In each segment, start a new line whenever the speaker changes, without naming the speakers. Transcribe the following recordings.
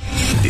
The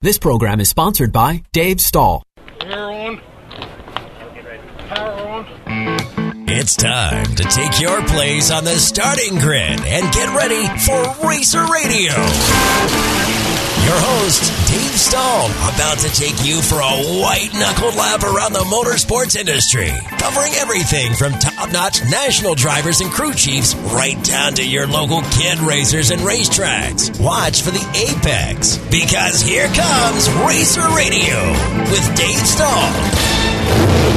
This program is sponsored by Dave Stahl.
Power on. Power on.
It's time to take your place on the starting grid and get ready for Racer Radio. Your host, Dave Stahl, about to take you for a white knuckled lap around the motorsports industry, covering everything from top notch national drivers and crew chiefs right down to your local kid racers and racetracks. Watch for the Apex, because here comes Racer Radio with Dave Stahl.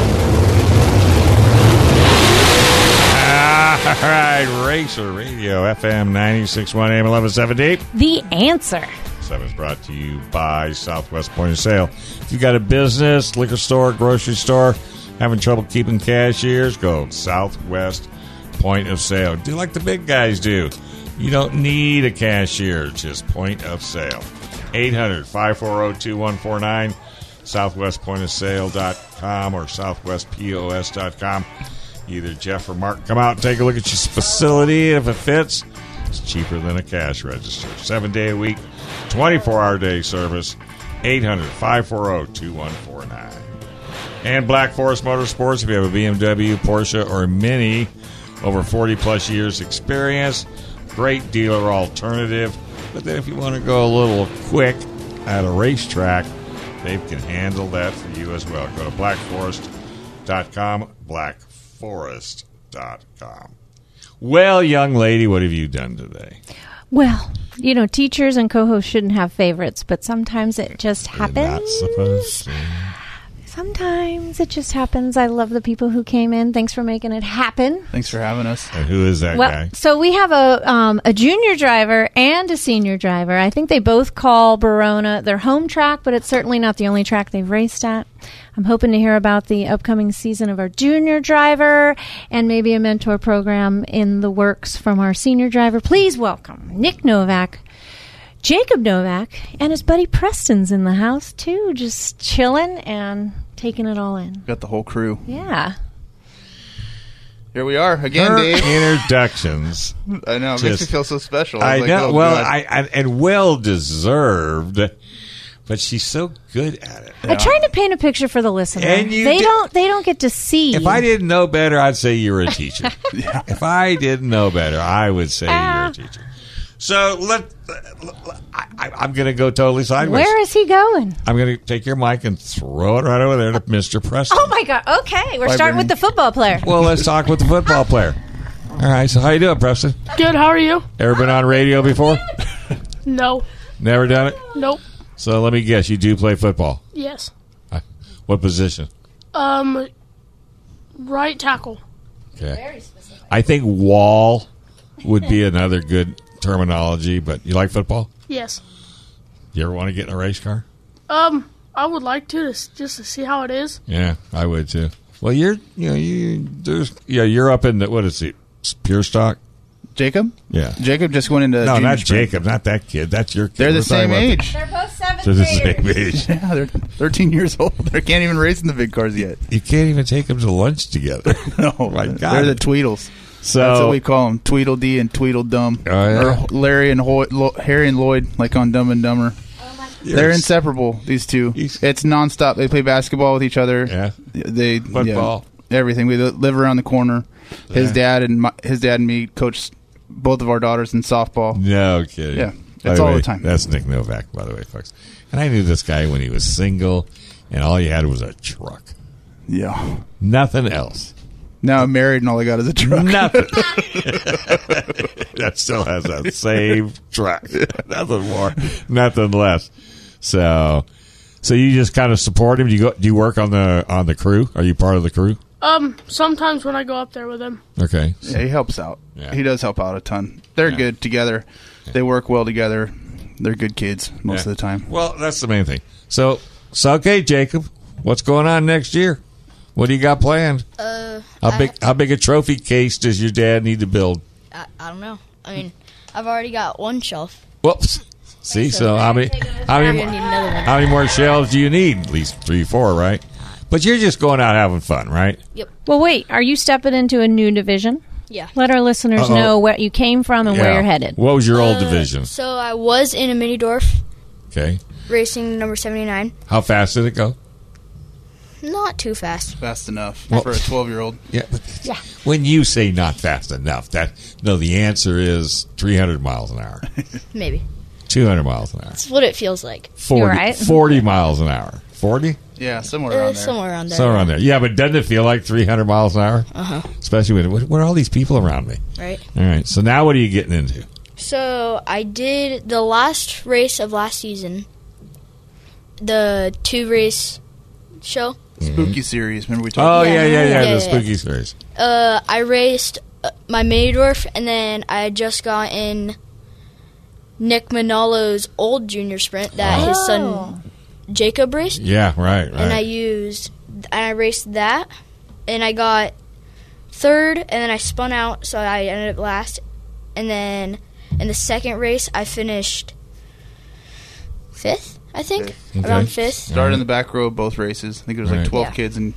All right, Racer Radio FM 961 AM 1170.
The answer.
Seven is brought to you by Southwest Point of Sale. If you've got a business, liquor store, grocery store, having trouble keeping cashiers, go Southwest Point of Sale. Do like the big guys do. You don't need a cashier, just point of sale. 800 540 2149, southwestpointofsale.com or southwestpos.com. Either Jeff or Mark come out, take a look at your facility. If it fits, it's cheaper than a cash register. Seven day a week, 24 hour day service, 800 540 2149. And Black Forest Motorsports, if you have a BMW, Porsche, or Mini, over 40 plus years experience, great dealer alternative. But then if you want to go a little quick at a racetrack, they can handle that for you as well. Go to blackforest.com, blackforest.com. Well, young lady, what have you done today?
Well, you know, teachers and co hosts shouldn't have favorites, but sometimes it just
Not
happens.
supposed to.
Sometimes it just happens. I love the people who came in. Thanks for making it happen.
Thanks for having us.
And Uh, who is that
Well,
guy?
so we have a um, a junior driver and a senior driver. I think they both call Barona their home track, but it's certainly not the only track they've raced at. I'm hoping to hear about the upcoming season of our junior driver and maybe a mentor program in the works from our senior driver. Please welcome Nick Novak, Jacob Novak, and his buddy Preston's in the house too, just chilling and taking it all in.
Got the whole crew.
Yeah.
Here we are again,
Her
Dave.
introductions.
I know. It makes me
Just-
feel so special.
I
It's like,
know.
oh,
well,
God.
I, I and well deserved, but she's so good at it.
I'm trying to paint a picture for the listener.
And you
they
did-
don't they don't get to see
If I didn't know better, I'd say you're a teacher. If I didn't know better, I would say
Ah.
you're a teacher. So let, I, I- I'm going to go totally sideways.
Where is he going?
I'm going to take your mic and throw it right over there to Mr. Preston.
Oh my god. Okay, we're starting with the football player.
Well, let's talk with the football player. All right. So how you doing, Preston?
Good. How are you?
Ever been on radio before?
No.
Never done it.
Nope.
So let me guess, you do play football.
Yes.
What position?
Um, right tackle.
Okay. I think wall would be another good terminology, but you like football?
Yes.
You ever want to get in a race car?
Um, I would like to s- just to see how it is.
Yeah, I would too. Well, you're you know you there's yeah you're up in the what is it pure stock?
Jacob.
Yeah.
Jacob just went into.
No,
junior
not
sprint.
Jacob, not that kid. That's your. kid.
They're the
We're talking
same
about
age.
They're both seventh
They're the same age.
yeah, they're 13 years old. They can't even race in the big cars yet.
You can't even take them to lunch together.
No,
my God.
they're the Tweedles.
So
That's what we call them: Tweedledee and Tweedledum,
Oh, yeah.
or Larry and Hoy- Lo- Harry and Lloyd, like on Dumb and Dumber. They're inseparable. These two.
He's-
It's nonstop. They play basketball with each other.
Yeah.
They yeah.
Football.
everything. We li- live around the corner. His dad and my, his dad and me coach both of our daughters in softball.
No kidding.
Yeah,
By
it's all the
way,
time.
That's Nick Novak, by the way, folks. And I knew this guy when he was single, and all he had was a truck,
Yeah.
nothing else.
Now I'm married and all I got is a truck.
Nothing. that still has that same track. nothing more, nothing less. So, so you just kind of support him. Do you go? Do you work on the on the crew? Are you part of the crew?
Um, sometimes when I go up there with him.
Okay.
Yeah, he helps out.
Yeah.
He does help out a ton. They're good together. They work well together.
They're good kids most
Yeah.
of the time.
Well, that's the main thing. So, so okay, Jacob, what's going on next year? What do you got planned?
Uh,
How big how big a trophy case does your dad need to build?
I, I don't know. I mean, I've already got one shelf.
Whoops. See, so how many how many
I'm gonna need another one.
how many more shelves do you need? At least three, four, right? But you're just going out having fun, right?
Well, wait. Are you stepping into a new division?
Yeah.
Let our listeners
Uh-oh.
know where you came from and where you're headed.
What was your old
Uh,
division?
So I was in a mini dwarf
Okay.
racing number 79.
How fast did it go?
Not too fast.
Fast enough
Well-
for a 12 year old.
Yeah. but
Yeah.
When you say not fast enough, that no, the answer is 300 miles an hour,
Maybe.
200 miles an hour,
That's what it feels like.
40,
right.
40 miles an hour, 40
Yeah, somewhere
Uh,
around there.
somewhere around there.
somewhere around there. Yeah, but doesn't it feel like 300 miles an hour? Uh huh. Especially when what, what are all these people around me?
Uh-huh. Right.
All right. So now what are you getting into?
So I did the last race of last season, the two race show.
Spooky series. Remember we
Oh
talked
yeah, yeah, yeah.
Yeah, yeah, yeah.
the spooky series.
Uh, I raced uh, my mini dwarf, and then I had just got in Nick Manolo's old junior sprint that his son Jacob raced,
Yeah. Right. Right.
and I used and I raced that, and I got third, and then I spun out, so I ended up last, and then in the second race I finished fifth, I think,
Okay.
around fifth.
Started in the back row of both races. I think it was
Right.
like 12
Yeah.
kids in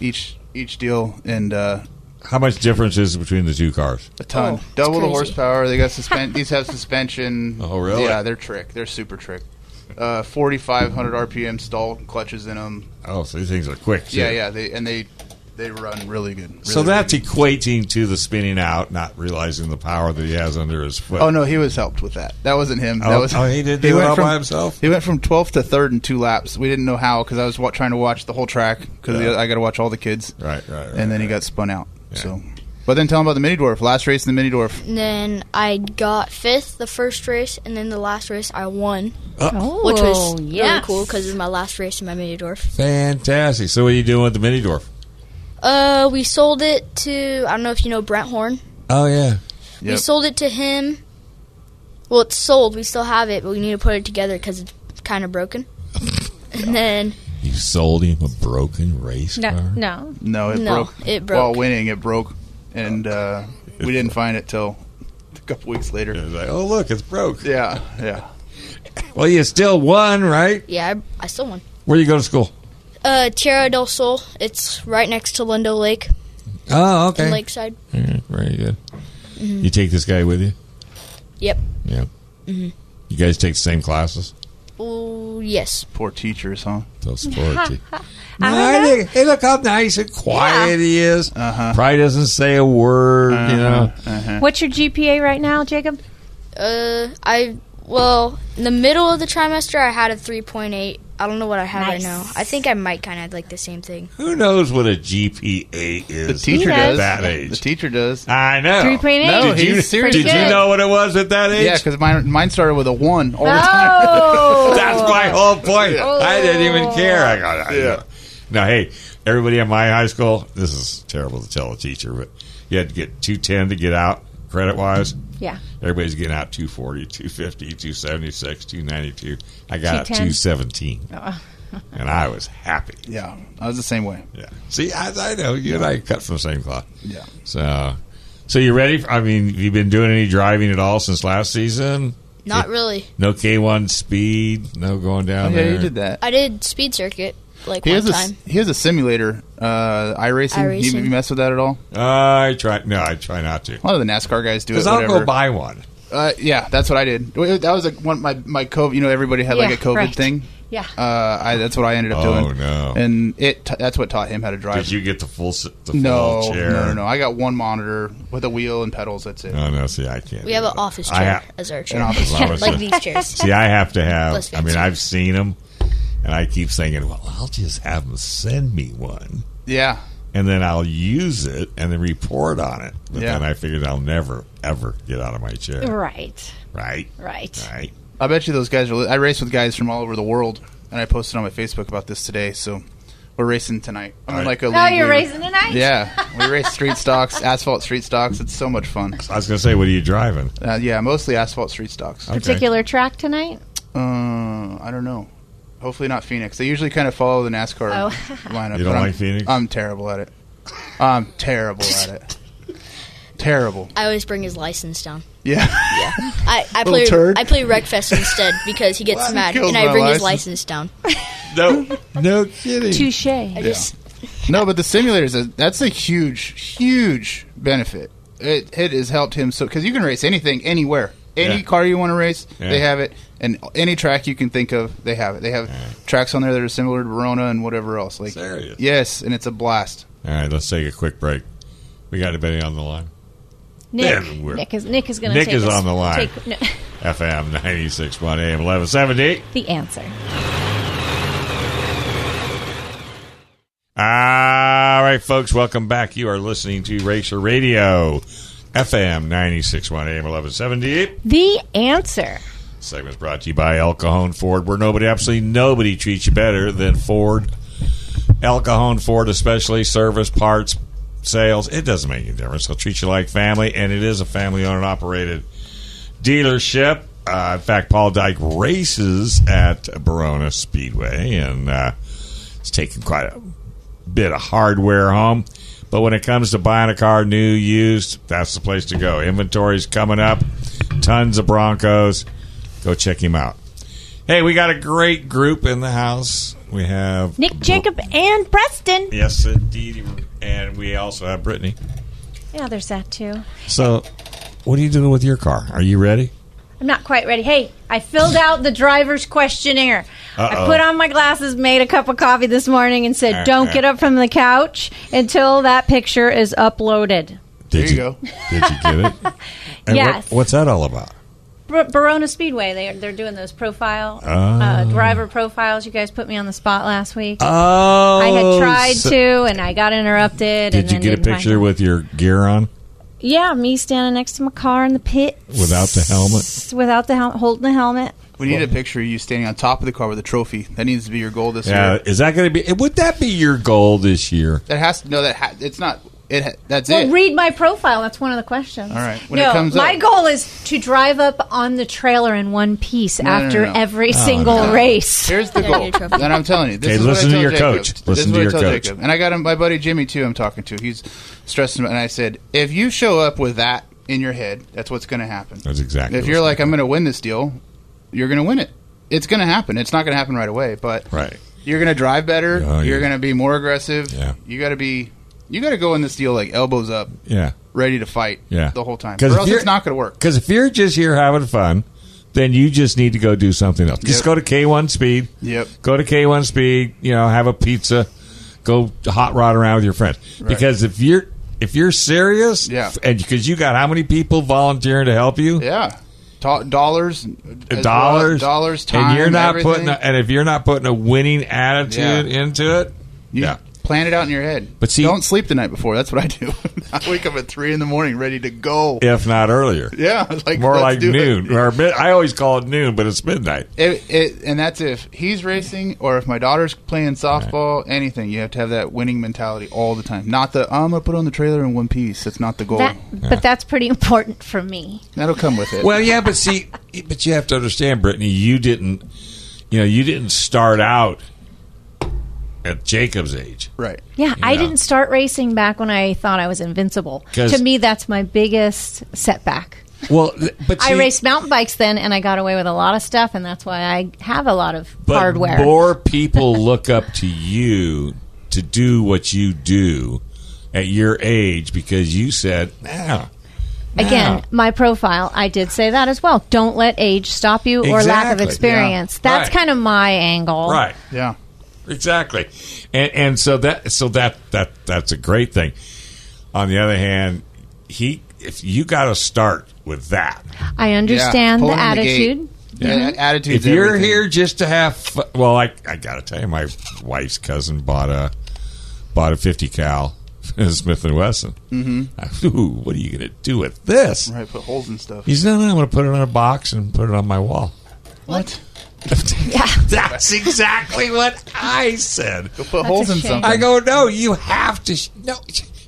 each each deal and uh,
How much difference is between the two cars?
a ton.
Oh, it's
Double the
crazy.
horsepower. They got suspend. these have suspension.
Oh, really?
Yeah, they're trick. They're super trick. Uh, 4,500 RPM stall clutches in them.
Oh, so these things are quick. too.
Yeah, yeah. They and they they run really good. Really,
so that's
really good.
equating to the spinning out, not realizing the power that he has under his foot.
Oh no, he was helped with that. That wasn't him. That
Oh,
was,
oh, he did do it
went
all by himself?
He went from 12th to third in two laps. We didn't know how because I was wa- trying to watch the whole track because
Yeah.
I got to watch all the kids.
Right, right, right,
and then he
right.
got spun out. So, but then tell him about the mini dwarf. Last race in the mini dwarf.
And then I got fifth the first race, and then the last race I won.
Oh,
which was really
yes.
cool because it was my last race in my mini dwarf.
Fantastic. So what are you doing with the mini dwarf?
Uh, we sold it to I don't know if you know Brent Horn.
Oh yeah.
We
Yep.
sold it to him. Well, it's sold. We still have it, but we need to put it together because it's kind of broken. and then
You sold him a broken race
No,
car?
no.
No, Oh, it
No,
broke.
it
While
broke.
winning, it broke, and uh, we didn't find it till a couple weeks
It
later.
was like, oh look, it's broke.
Yeah, yeah.
Well, you still won, right?
yeah, I, I still won.
Where you go to school?
Uh, Tierra del Sol. It's right next to Lindo Lake,
Oh,
in
okay.
Lakeside.
All right, Mm-hmm. very good. You take this guy with you?
Yep.
Yeah. You guys take the same classes?
Oh yes.
Poor teachers, huh?
Those sporty. Hey, look- hey, look how nice and quiet he is.
Uh-huh.
Probably doesn't say a word, you know.
What's your GPA right now, Jacob?
Uh, I well, in the middle of the trimester, I had a three point eight. I don't know what I have right
Nice.
now. I think I might kind of have like the same thing.
Who knows what a GPA is?
The teacher
does.
does.
That
The
age.
teacher does.
I know.
3.8.
No,
Did you,
he's serious.
did you
good.
know what it was at that age?
Yeah, because mine, mine started with a one all the time.
Oh,
That's my whole point. I didn't even care. I got it.
Yeah.
Now, hey, everybody at my high school, this is terrible to tell a teacher, but you had to get 210 to get out credit wise.
yeah.
Everybody's getting out 240, 250, 276, 292. I got out
210.
217. and I was happy.
Oh. Yeah, I was the same way.
Yeah. See, I, I know you and I cut from the same cloth.
Yeah.
So, so you ready? For, I mean, have you been doing any driving at all since last season?
Not really.
No K1 speed, no going down
Oh, yeah,
there.
you did that.
I did speed circuit like
He
one
has a
time.
he has a simulator, uh, iRacing. You,
iRacing.
you mess with that at all?
I try. No, I try not to.
A lot of the NASCAR guys do it.
Because I'll
Whatever.
go buy one.
Uh, yeah, that's what I did. Wait, That was like one my my COVID. You know, everybody had like
Yeah,
a COVID
right.
thing.
Yeah.
Uh, I, that's what I ended up
Oh,
doing.
no.
And it t- that's what taught him how to drive.
Did you get the full, s- the full
no,
chair? Oh,
no, no, no. I got one monitor with a wheel and pedals. That's it.
No, no, See, I can't.
We
do
have an
that.
office
I
chair
ha-
as our
An
chair,
office
Well, I was-
like these chairs.
See, I have to have.
Plus
I mean,
fancy.
I've seen them, and I keep thinking, well, I'll just have them send me one,
Yeah.
and then I'll use it and then report on it. But
Yeah.
then I figured I'll never ever get out of my chair.
Right.
Right.
Right.
Right.
I bet you those guys are. Li- I race with guys from all over the world, and I posted on my Facebook about this today. So
We're racing tonight. I'm
All
in
right.
like a
Oh,
league.
you're
we-
racing tonight?
Yeah, we race street stocks, asphalt street stocks. It's so much fun.
I was gonna say, what are you driving?
Uh, yeah, mostly asphalt street stocks.
Particular track tonight?
Uh, I don't know. Hopefully not Phoenix. They usually kind of follow the NASCAR
Oh.
lineup.
You
but
don't
I'm-
like Phoenix?
I'm terrible at it. I'm terrible at it. Terrible.
I always bring his license down.
Yeah.
Yeah, I, I
Little
play
turd.
I play Wreckfest instead because he gets
Well, he
mad,
killed
and I
my
bring his
license.
license down.
No, no kidding.
Touche.
I
Yeah.
just
No, but the simulator is a, that's a huge, huge benefit. It, it has helped him so because you can race anything, anywhere, any
Yeah.
car you want to race,
Yeah.
they have it, and any track you can think of, they have it. They have tracks on there that are similar to Verona and whatever else. Like
Serious?
yes, and it's a blast.
All right, let's take a quick break. We got anybody on the line?
Nick.
Yeah, we're-
Nick is Nick is going to
Nick
take
is
us-
on the line.
take- no,
FM 96.1 AM 1170.
the answer.
All right, folks, welcome back. You are listening to Racer Radio, FM 96.1 AM 1170.
The answer.
Segment's brought to you by El Cajon Ford, where nobody, absolutely nobody treats you better than Ford. El Cajon Ford, especially service, parts, sales, it doesn't make any difference. They'll treat you like family, and it is a family owned and operated dealership. Uh, in fact, Paul Dyke races at Barona Speedway, and uh, it's taken quite a bit of hardware home. But when it comes to buying a car, new, used, that's the place to go. Inventory's coming up, tons of Broncos. Go check him out. Hey, we got a great group in the house. We have
Nick, Jacob, and Preston.
Yes, indeed. And we also have Brittany.
Yeah, there's that too.
So, what are you doing with your car? Are you ready?
I'm not quite ready. Hey, I filled out the driver's questionnaire.
Uh-oh.
I put on my glasses, made a cup of coffee this morning, and said, "Don't get up from the couch until that picture is uploaded."
Did
There you go.
Did you get it? And
Yes.
What, what's that all about?
Bar- Barona Speedway. They they're doing those profile uh, driver profiles. You guys put me on the spot last week.
Oh,
I had tried
so-
to, and I got interrupted. and
Did you
then
get a
didn't find
picture
it.
with your gear on?
Yeah, me standing next to my car in the pit
Without the helmet?
without the hel- holding the helmet.
We need a picture of you standing on top of the car with a trophy. That needs to be your goal this
Yeah.
year.
Uh, Is that going to be? eh, Would that be your goal this year?
That has to no. That ha- it's not. It ha- that's
Well,
it.
read my profile. That's one of the questions.
All right. When it
no,
comes
my
up-
goal is to drive up on the trailer in one piece
no,
after
no.
every
Oh,
single race.
Here's the
Yeah,
goal.
your trophy.
and I'm telling you, this
Okay,
is
listen
what
to
I
your
tell Jacob.
coach.
This
Listen
is
to
what
your
I tell
coach.
Jacob. And I got him, my buddy Jimmy too. I'm talking to. He's stressing, and I said, if you show up with that in your head, that's what's going to happen.
That's exactly
If
what's
you're like,
gonna
I'm going to win this deal, you're going to win it. It's going to happen. It's not going to happen right away, but
Right.
you're going to drive better.
Oh,
you're
yeah.
going to be more aggressive.
Yeah.
You got to be. You got to go in this deal like elbows up,
Yeah.
ready to fight.
Yeah.
The whole time.
'Cause
Or
if
else
you're-
it's not going to work.
Because if you're just here having fun, then you just need to go do something else. Just
Yep.
go to K1 Speed.
Yep.
Go to K1 Speed. You know, have a pizza. Go hot rod around with your friends. Because if you're if you're serious,
Yeah.
and because you got how many people volunteering to help you,
Yeah. Do- dollars, as well-
dollars,
dollars, time,
and you're not
everything.
putting, a, and if you're not putting a winning attitude
Yeah.
into it,
You
yeah,
plan it out in your head.
But see-
don't sleep the night before. That's what I do. I wake up at three in the morning, ready to go. Yeah,
if not earlier,
like
more
let's
like
do it.
noon or mid, I always call it noon, but it's midnight.
It, it, and that's if he's racing or if my daughter's playing softball, anything. You have to have that winning mentality all the time. Not the I'm gonna put on the trailer in one piece. That's not the goal.
That, But that's pretty important for me.
That'll come with it.
Well, yeah, but see, but you have to understand, Brittany. You didn't, you know, you didn't start out at Jacob's age.
right.
Yeah, I
Yeah.
didn't start racing back when I thought I was invincible.
'Cause-
To me, that's my biggest setback.
Well, th- but
I
see,
raced mountain bikes then, and I got away with a lot of stuff, and that's why I have a lot of
but
hardware.
More people look up to you to do what you do at your age because you said, "Ah, "Nah,
Again, my profile, I did say that as well. Don't let age stop you or lack of
Exactly.
experience.
Yeah.
That's
Right.
kind of my angle.
right,
Yeah.
exactly," and and so that so that that that's a great thing. On the other hand, he if you got to start with that.
I
Yeah.
understand
Pull
the
in
attitude. Mm-hmm.
gate. Yeah. Attitude.
if you're here just to have fu- well I, I gotta tell you my wife's cousin bought a bought a 50 cal smith and wesson mm-hmm. Ooh, what are you gonna do with this
right, put holes and stuff.
he said no, no i'm gonna put it on a box and put it on my wall
What?
Yeah.
That's exactly what I said. Go
put holes in something.
I go, no, you have to, sh- no,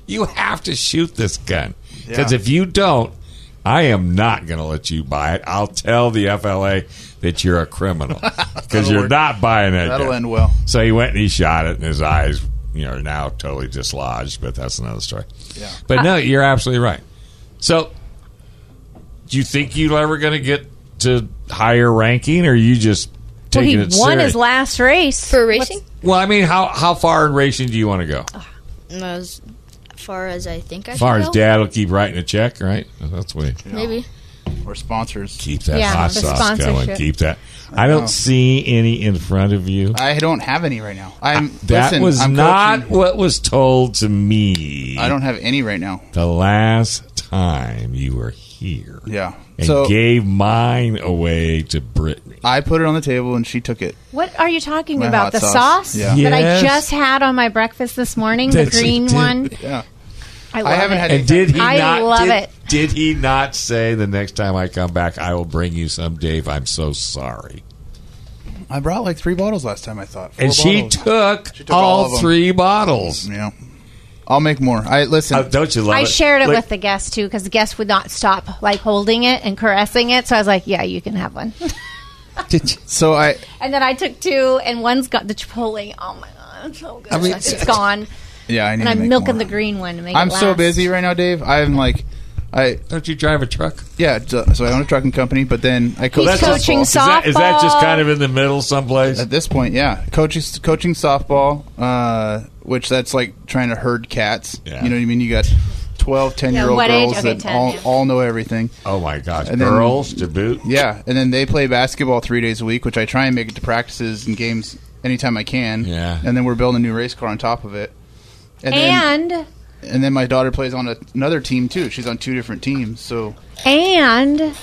you have to shoot this gun because
Yeah.
if you don't, I am not going to let you buy it. I'll tell the FLA that you're a criminal because
That'll
you're
work.
not buying that.
That'll
gun.
end well.
So he went and he shot it, and his eyes, you know, are now totally dislodged. But that's another story.
Yeah.
But no, you're absolutely right. So, do you think you're ever going to get to higher ranking, or you just
Well,
taking
he
it
won
serious?
his last race
For racing?
well, I mean, how how far in racing do you want to go?
Oh,
As far as I think I
As far
should
as
go.
Dad will keep writing a check, right? That's what. he-
Maybe.
Or sponsors.
Keep that
Yeah,
hot
the
sauce going.
sponsorship.
Keep that. I don't see any in front of you.
I don't have any right now. I'm
That
listen,
was
I'm
not
coaching.
what was told to me.
I don't have any right now.
the last time you were here
Yeah.
and
so
gave mine away to Brittany.
I put it on the table and she took it.
What are you talking
My
about?
hot
The
sauce.
sauce
Yeah.
that
Yes.
I just had on my breakfast this morning,
That's-
the green
it did.
one.
Yeah.
I,
I
love
haven't
it.
had
And did he
I
not?
love
did,
it.
Did he not say the next time I come back, I will bring you some, Dave? I'm so sorry.
I brought like three bottles last time. I thought. Four
and she
bottles.
took,
She took all
all,
of 'em.
three bottles.
Yeah. I'll make more. I listen.
Oh, don't you love
I
it?
shared it
Look,
with the guest too because the guest would not stop like holding it and caressing it. So I was like, "Yeah, you can have one."
so I
and then I took two, and one's got the chipotle. Oh my god, it's so good!
mean-
it's gone,
yeah. I need
and
to
I'm
make
milking
more.
the green one to make.
I'm
it
so
last.
busy right now, Dave. I'm like, I
Don't you drive a truck?
yeah. So so I own a trucking company, but then I coach
He's coaching
softball.
Is that, is that just
Softball.
kind of in the middle someplace?
At this point, yeah, coaching coaching softball, uh, which that's like trying to herd cats.
Yeah.
You know what I mean? You got 12, 10 year old
what age?
girls
Okay,
that
10,
all,
yeah.
all know everything.
Oh my gosh.
And then-
Girls to boot.
Yeah, and then they play basketball three days a week, which I try and make it to practices and games anytime I can.
Yeah.
and then we're building a new race car on top of it. And,
And
then and then my daughter plays on a, another team too. She's on two different teams, so
and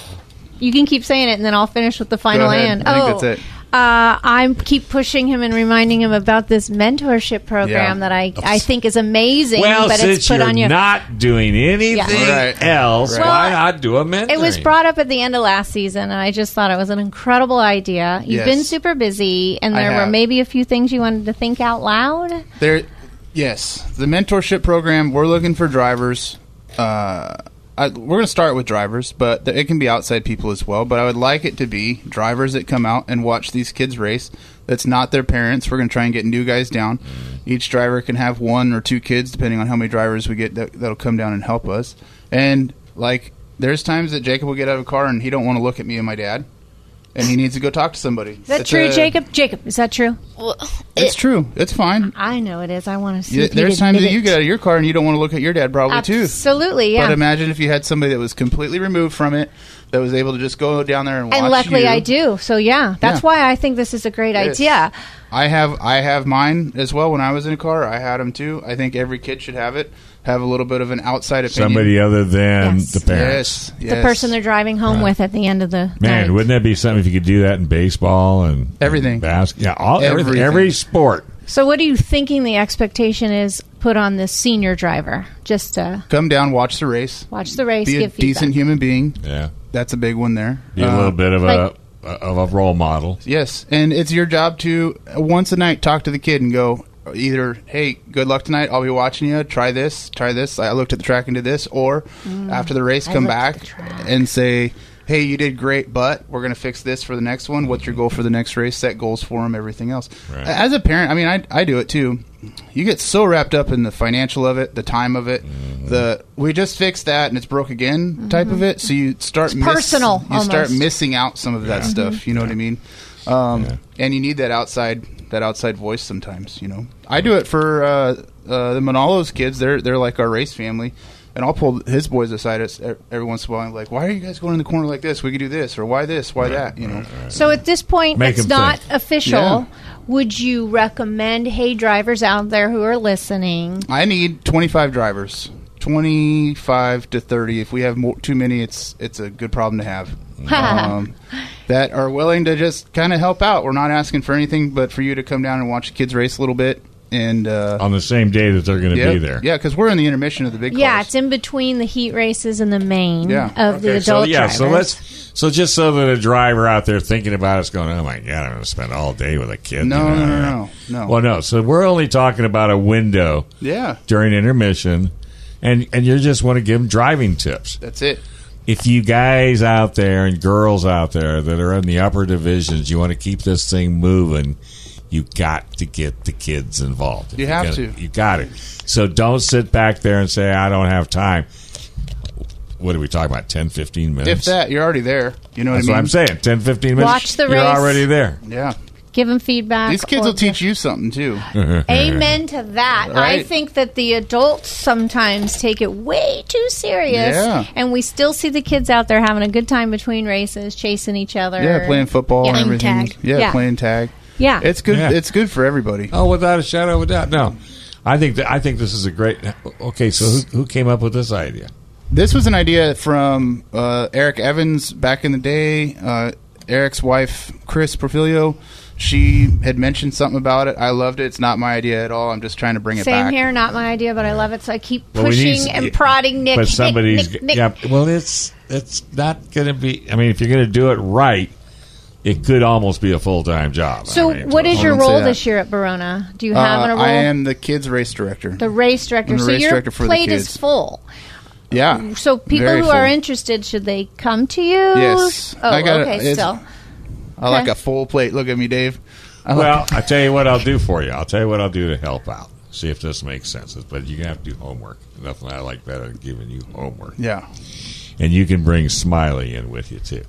you can keep saying it, and then I'll finish with the final
ahead.
and.
I think
oh,
that's it.
Uh, I'm keep pushing him and reminding him about this mentorship program
Yeah.
that I, I think is amazing,
Well,
but
since
it's put
you're
on you.
not doing anything
Right.
else,
Right.
why
Well,
not do a mentoring?
It was brought up at the end of last season, and I just thought it was an incredible idea.
Yes.
You've been super busy, and
I
there were
have.
maybe a few things you wanted to think out loud.
There, yes, the mentorship program. We're looking for drivers. Uh, I, we're going to start with drivers, but th- it can be outside people as well. But I would like it to be drivers that come out and watch these kids race. That's not their parents. We're going to try and get new guys down. Each driver can have one or two kids, depending on how many drivers we get that, that'll come down and help us. And like, there's times that Jacob will get out of a car and he don't want to look at me and my dad, and he needs to go talk to somebody.
Is that true, Jacob? Jacob, is that true?
Well,
It's
it-
true. It's fine.
I know it is. I want to see.
Yeah,
if
there's
you'd
times
admit
that you
it.
get out of your car and you don't want to look at your dad probably too.
Absolutely, yeah.
But imagine if you had somebody that was completely removed from it, that was able to just go down there and watch.
and luckily,
you.
I do. So yeah,
Yeah.
that's why I think this is a great
Yes.
idea.
I have I have mine as well. When I was in a car, I had them too. I think every kid should have it. Have a little bit of an outside opinion.
somebody other than
Yes.
the parents.
Yes,
The person they're driving home with at the end of the
Man,
night.
wouldn't that be something if you could do that in baseball and
Everything.
Basket, yeah, all, everything,
Everything.
every sport.
So, what are you thinking? The expectation is put on this senior driver just to
come down, watch the race,
watch the race,
be a
give feedback.
decent human being.
Yeah,
That's a big one there.
be a
Uh,
little bit of
like-
a of a role model.
Yes, and it's your job to uh, once a night talk to the kid and go either, "Hey, good luck tonight. I'll be watching you. Try this, try this. I looked at the track and did this," or after the race,
Mm. I
come
looked at
back
the track.
and say, "Hey, you did great, but we're going to fix this for the next one. What's your goal for the next race? Set goals for them. Everything else."
Right.
As a parent, I mean, I I do it too. You get so wrapped up in the financial of it, the time of it, the we just fixed that and it's broke again type of it. So you start
It's personal,
You start
almost.
missing out some of that stuff. You know what I mean? Um,
Yeah.
And you need that outside that outside voice sometimes. You know, I do it for uh, uh, the Manolos kids. They're they're like our race family, and I'll pull his boys aside as- e, every once in a while. And like, why are you guys going in the corner like this? We could do this, or why this, why that? You know,
So at this point,
Make
it's
them
not
think.
official.
Yeah.
Would you recommend, hey, drivers out there who are listening,
I need twenty five drivers. 25 to 30 if we have more, too many it's it's a good problem to have um, that are willing to just kind of help out. We're not asking for anything but for you to come down and watch the kids race a little bit, and uh,
on the same day that they're going to
yeah,
be there.
Yeah, because we're in the intermission of the big.
Yeah, it's in between the heat races and the main
Yeah.
of the
Okay, so
adult
yeah, so
drivers.
let's so just so that a driver out there thinking about it's going, oh my god, I'm going to spend all day with a kid.
No,
you know,
no, no,
yeah.
no, no.
Well, no. So we're only talking about a window.
Yeah.
During intermission, and and you just want to give them driving tips.
That's it.
If you guys out there and girls out there that are in the upper divisions, you want to keep this thing moving. You got to get the kids involved. If
You have
gotta-
to.
You got it. So don't sit back there and say I don't have time. What are we talking about? 10, 15 minutes?
If that, you're already there. You know
That's
what I mean?
what I'm saying. 10, 15 minutes.
Watch the
You're
race.
already there.
Yeah.
Give them feedback.
These kids
or-
will teach you something too.
Amen to that. I
Right.
think that the adults sometimes take it way too serious,
Yeah.
and we still see the kids out there having a good time between races, chasing each other.
Yeah, playing football and
Yeah.
everything. Yeah,
Yeah.
playing tag.
Yeah.
It's good.
Yeah.
It's good for everybody.
Oh, without a shadow of a doubt. No. I think that, I think this is a great. Okay, so who, who came up with this idea?
This was an idea from uh, Eric Evans back in the day. Uh, Eric's wife, Chris Profilio, she had mentioned something about it. I loved it. It's not my idea at all. I'm just trying to bring it
Same
back.
here, not my idea, but I love it, so I keep
Well, we
pushing
need-
and prodding Nick.
but somebody's.
Nick, Nick, Nick.
yeah. Well, it's it's not going to be. I mean, if you're going to do it right, it could almost be a full time job.
So,
I mean,
what is
I
your
wouldn't say
role
that.
this year at Verona? Do you
Uh,
have a role?
I am the kids' race director.
the race director.
I'm the
so
race
your
director for the
plate is
kids.
full.
yeah.
So people
Very
who are
full.
interested, should they come to you?
Yes.
Oh,
I got it.
okay.
It's-
Still,
I like
okay.
a full plate. Look at me, Dave. I like-
Well, I tell you what I'll do for you. I'll tell you what I'll do to help out. See if this makes sense. But you're gonna have to do homework. Nothing I like better than giving you homework.
yeah.
and you can bring Smiley in with you too.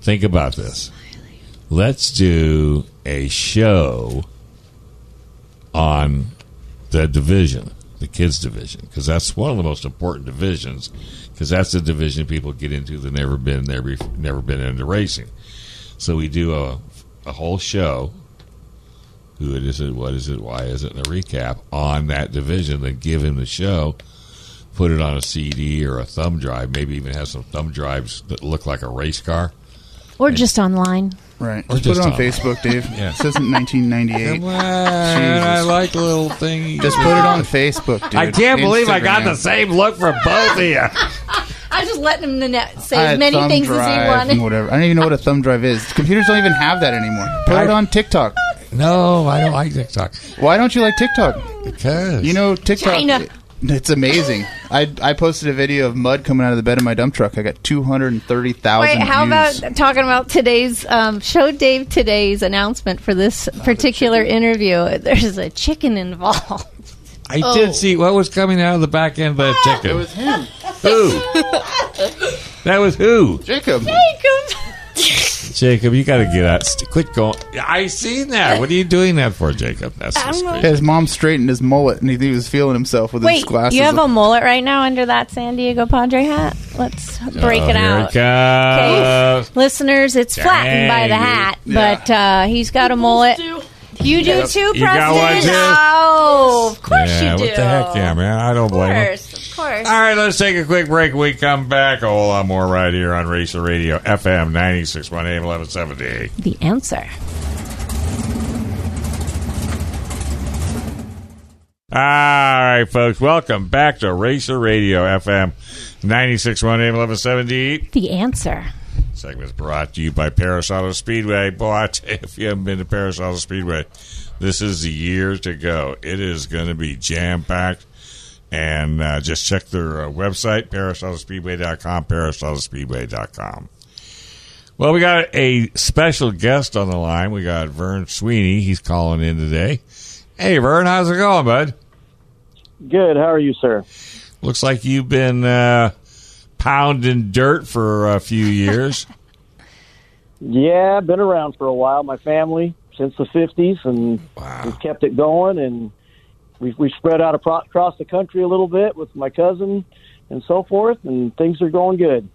Think about this. Let's do a show on the division, the kids division, because that's one of the most important divisions. Because that's the division people get into that never been there, bef- never been into racing. So we do a a whole show. Who it is it? What is it? Why is it? And a recap on that division. Then give him the show put it on a CD or a thumb drive, maybe even have some thumb drives that look like a race car.
or just online.
Right.
Or
Just put
just
it on
on-
Facebook, Dave.
Yeah.
It says in 1998.
I like little things.
Just put it on Facebook, dude.
I can't believe I got
Instagram.
the same look for both of you.
I was just letting him the net say
I had
as many
thumb
things
drive
as he
and
wanted.
Whatever. I don't even know what a thumb drive is. Computers don't even have that anymore. Put it
I-
on TikTok.
No, I don't like TikTok
Why don't you like TikTok?
because
You know TikTok.
China.
It's amazing. I, I posted a video of mud coming out of the bed of my dump truck. I got two hundred and thirty
Wait,
thousand.
how about talking about today's um, show? Dave today's announcement for this particular interview. There's a chicken involved.
I did see what was coming out of the back end of that chicken. It was
him.
who? that was who?
Jacob?
Jacob, you got to get out. St- Quit going. I seen that. What are you doing that for, Jacob? That's
I
just
don't know.
crazy.
His mom straightened his mullet, and he, he was feeling himself with his
Wait,
glasses.
you have a mullet right now under that San Diego Padre hat? Let's break
Oh,
it
here
out.
It comes.
Listeners, it's flattened by the
Dang.
hat,
Yeah.
but uh, he's got a mullet.
Do-
You do too,
You got one
Preston.
too?
Oh, of course
yeah,
you do.
what the heck, yeah, man. I don't
Of
blame him.
course, of course.
All right, let's take a quick break. When we come back. A whole lot more right here on Racer Radio, FM 961 AM 1170.
The answer.
All right, folks, welcome back to Racer Radio, FM 961 AM 1170.
The answer.
Segment's brought to you by Paris Auto Speedway. Boy, I tell you, if you haven't been to Paris Auto Speedway, this is the year to go. It is going to be jam packed. And uh, just check their uh, website, parisautospeedway.com, parisautospeedway.com. Well, we got a special guest on the line. We got Vern Sweeney. He's calling in today. Hey, Vern, how's it going, bud?
Good. How are you, sir?
Looks like you've been uh, pounding dirt for a few years.
Yeah, been around for a while. My family since the '50s, and we've kept it going. And we've we spread out apro- across the country a little bit with my cousin and so forth. And things are going good.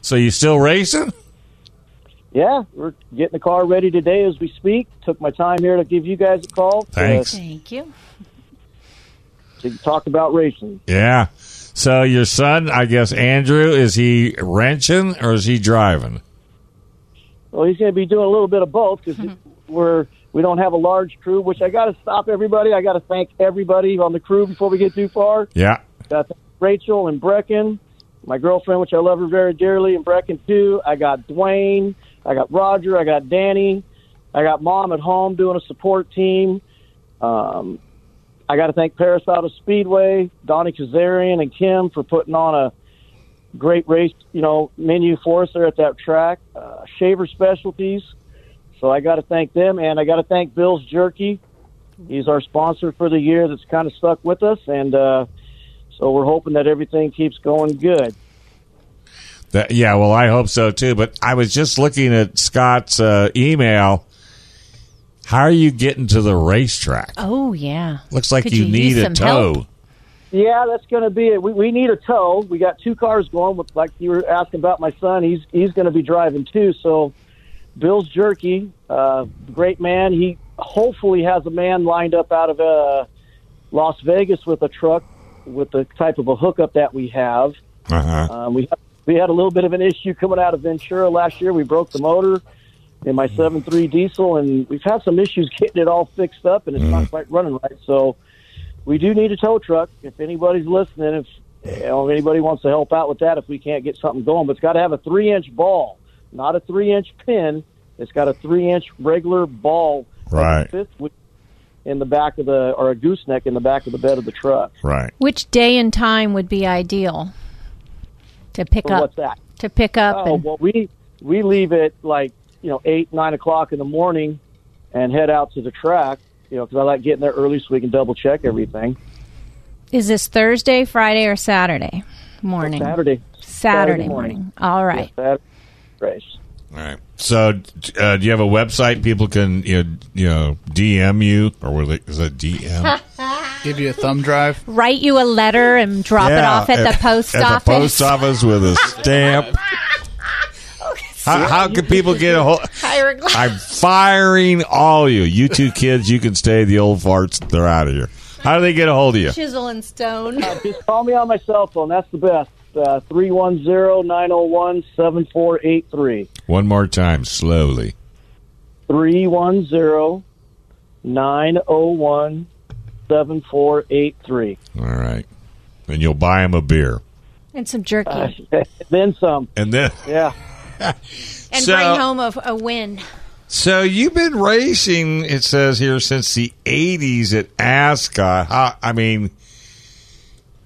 so you still racing?
Yeah, we're getting the car ready today as we speak. Took my time here to give you guys a call to-
Thanks.
Thank you.
to, talk about racing.
Yeah. So your son, I guess Andrew, is he wrenching or is he driving?
Mm-hmm.
Well, he's going to be doing a little bit of both because we're
We don't have a large crew, which I got to stop everybody. I got to thank everybody on the crew before we get too far.
Yeah.
Got to thank Rachel and Brecken, my girlfriend, which I love her very dearly, and Brecken too. I got Dwayne. I got Roger. I got Danny. I got mom at home doing a support team. Um, I got to thank Paris Auto Speedway, Donnie Kazarian, and Kim for putting on a great race, you know, menu for us there at that track. Uh, Shaver Specialties. So I got to thank them, and I got to thank Bill's Jerky. He's our sponsor for the year. That's kind of stuck with us, and uh, so we're hoping that everything keeps going good.
That, yeah, well, I hope so too. But I was just looking at Scott's uh, email. How are you getting to the racetrack?
Oh yeah.
Looks like
Could
you, need a
use some
tow.
help?
Yeah, that's going to be it. We, we need a tow. We got two cars going. With, like you were asking about my son, he's he's going to be driving too. So, Bill's Jerky, uh, great man. He hopefully has a man lined up out of uh, Las Vegas with a truck with the type of a hookup that we have.
Uh-huh.
Um, we we had a little bit of an issue coming out of Ventura last year. We broke the motor in my seven three diesel, and we've had some issues getting it all fixed up, and it's not quite running right. So we do need a tow truck. If anybody's listening, if you know, if anybody wants to help out with that, if we can't get something going, but it's got to have a three inch ball, not a three inch pin. It's got a three inch regular ball,
Right.
fifth wheel in the back of the or a gooseneck in the back of the bed of the truck.
Right.
Which day and time would be ideal to pick
For
up?
what's that?
To pick up
Oh
and
well, we we leave at like you know eight nine o'clock in the morning, and head out to the track. You know, because I like getting there early so we can double check everything.
is this Thursday, Friday, or Saturday morning?
Saturday.
Saturday,
Saturday
morning.
morning.
All right.
Yeah, that race.
All right. So, uh, do you have a website people can you know, you know DM you or will it, is it DM?
Give you a thumb drive.
Write you a letter and drop it
Yeah, eh,
off at, the post
at
office.
the post office with a stamp. How, how can people get a hold?
Hieroglyph.
I'm firing all you. You two kids, you can stay. The old farts, they're out of here. How do they get a hold of you?
Chisel and stone.
Uh, just call me on my cell phone. That's the best. Uh, 310-901-7483.
One more time, slowly.
310-901-7483.
All right. And you'll buy them a beer.
and some jerky.
Uh, then some.
And then.
Yeah.
and
So-
bring home a, a win.
So you've been racing, it says here, since the '80s at Ascot. How, I mean,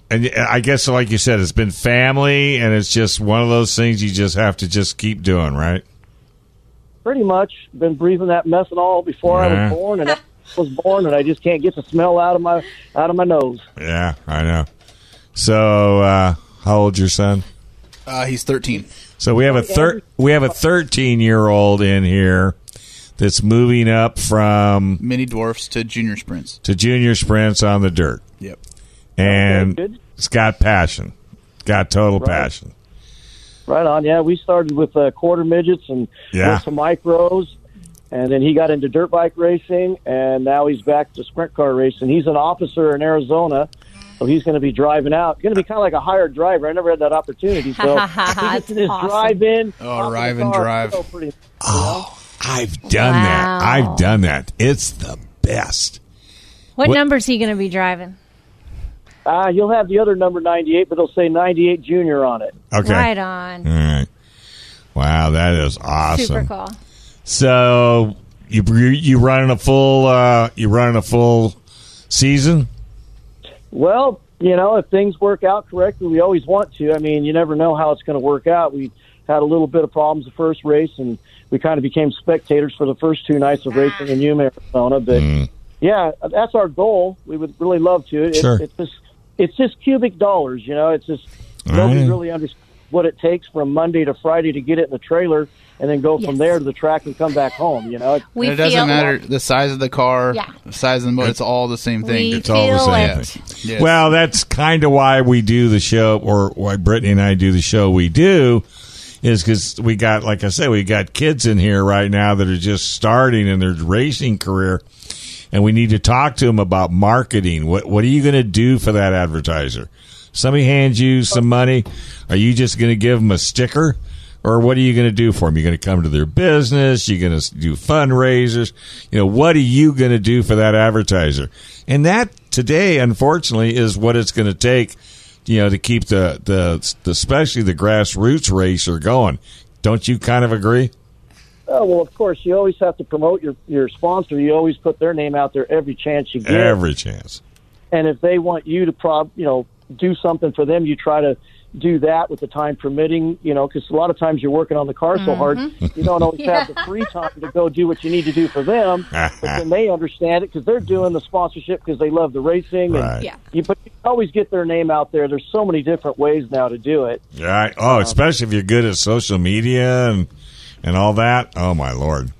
and y- I guess, like you said, it's been family, and it's just one of those things you just have to just keep doing, right?
Pretty much been breathing that methanol before I
Yeah.
was born, and I was born, and I just can't get the smell out of my out of my nose.
Yeah, I know. So, uh, how old's your son?
Uh, he's 13.
So we have a thir- we have a 13 year old in here that's moving up from
Mini dwarfs to junior sprints.
to junior sprints on the dirt.
Yep.
and
good.
it's got passion, got total passion.
Right on. Yeah, we started with uh, quarter midgets and
Yeah.
went to micros, and then he got into dirt bike racing, and now he's back to sprint car racing. He's an officer in Arizona, so he's going to be driving out. Going to be kind of like a hired driver. I never had that opportunity, so he gets
That's
in his
awesome.
drive in.
Oh, arrive and drive.
pretty,
I've done that.
Wow.
I've done that. It's the best.
What,
What-
number's he going to be driving?
uh, you'll have the other number ninety eight, but they'll say ninety eight junior on it.
Okay.
Right on.
All right. Wow, that is
Super
awesome.
call.
So you you you running a full uh you running a full season?
Well, you know, if things work out correctly, we always want to. I mean, you never know how it's going to work out. We had a little bit of problems the first race, and we kind of became spectators for the first two nights of racing in Yuma, Arizona. But yeah, that's our goal. We would really love to. It,
Sure.
It's just, it's just cubic dollars, you know. It's just nobody really understands what it takes from Monday to Friday to get it in the trailer, and then go from
Yes.
there to the track and come back home. You know, It's-
We
it doesn't
feel
matter the size of the car,
Yeah.
the size of the motor. It's all the same thing.
We
It's
all the feel
same
it.
thing.
Yes.
Well, that's kind of why we do the show, or why Brittany and I do the show we do, is because we got, like I said, we got kids in here right now that are just starting in their racing career, and we need to talk to them about marketing. What What are you going to do for that advertiser? Somebody hands you some money. Are you just going to give them a sticker? Or what are you going to do for them? You're going to come to their business. You're going to do fundraisers. You know, what are you going to do for that advertiser? And that today, unfortunately, is what it's going to take. You know, to keep the, the the especially the grassroots racer going. Don't you kind of agree?
Oh, well, of course, you always have to promote your, your sponsor. You always put their name out there every chance you get.
Every chance.
And if they want you to, prob, you know, do something for them, you try to do that with the time permitting. You know, because a lot of times you're working on the car so hard,
Mhm.
you don't always
Yeah.
have the free time to go do what you need to do for them.
Ah,
but then they understand it because they're doing the sponsorship because they love the racing.
Right.
And
Yeah.
You but you always get their name out there. There's so many different ways now to do it.
Right.
Um,
Oh, especially if you're good at social media and and all that. Oh my lord.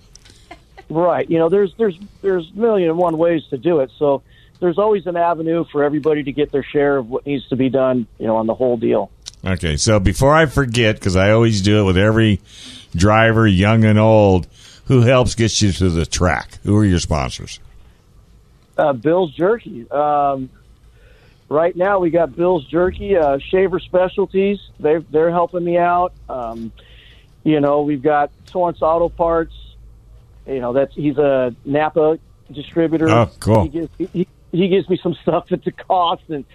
Right. You know, there's there's there's a million and one ways to do it. So there's always an avenue for everybody to get their share of what needs to be done. You know, on the whole deal.
Okay, so before I forget, because I always do it with every driver, young and old, who helps get you to the track? Who are your sponsors?
Uh, Bill's Jerky. Um, right now, we got Bill's Jerky, uh, Shaver Specialties. They're they're helping me out. Um, you know, we've got Torrance Auto Parts. You know, that's he's a Napa distributor.
Oh, cool.
He gives, he, he gives me some stuff at the cost, and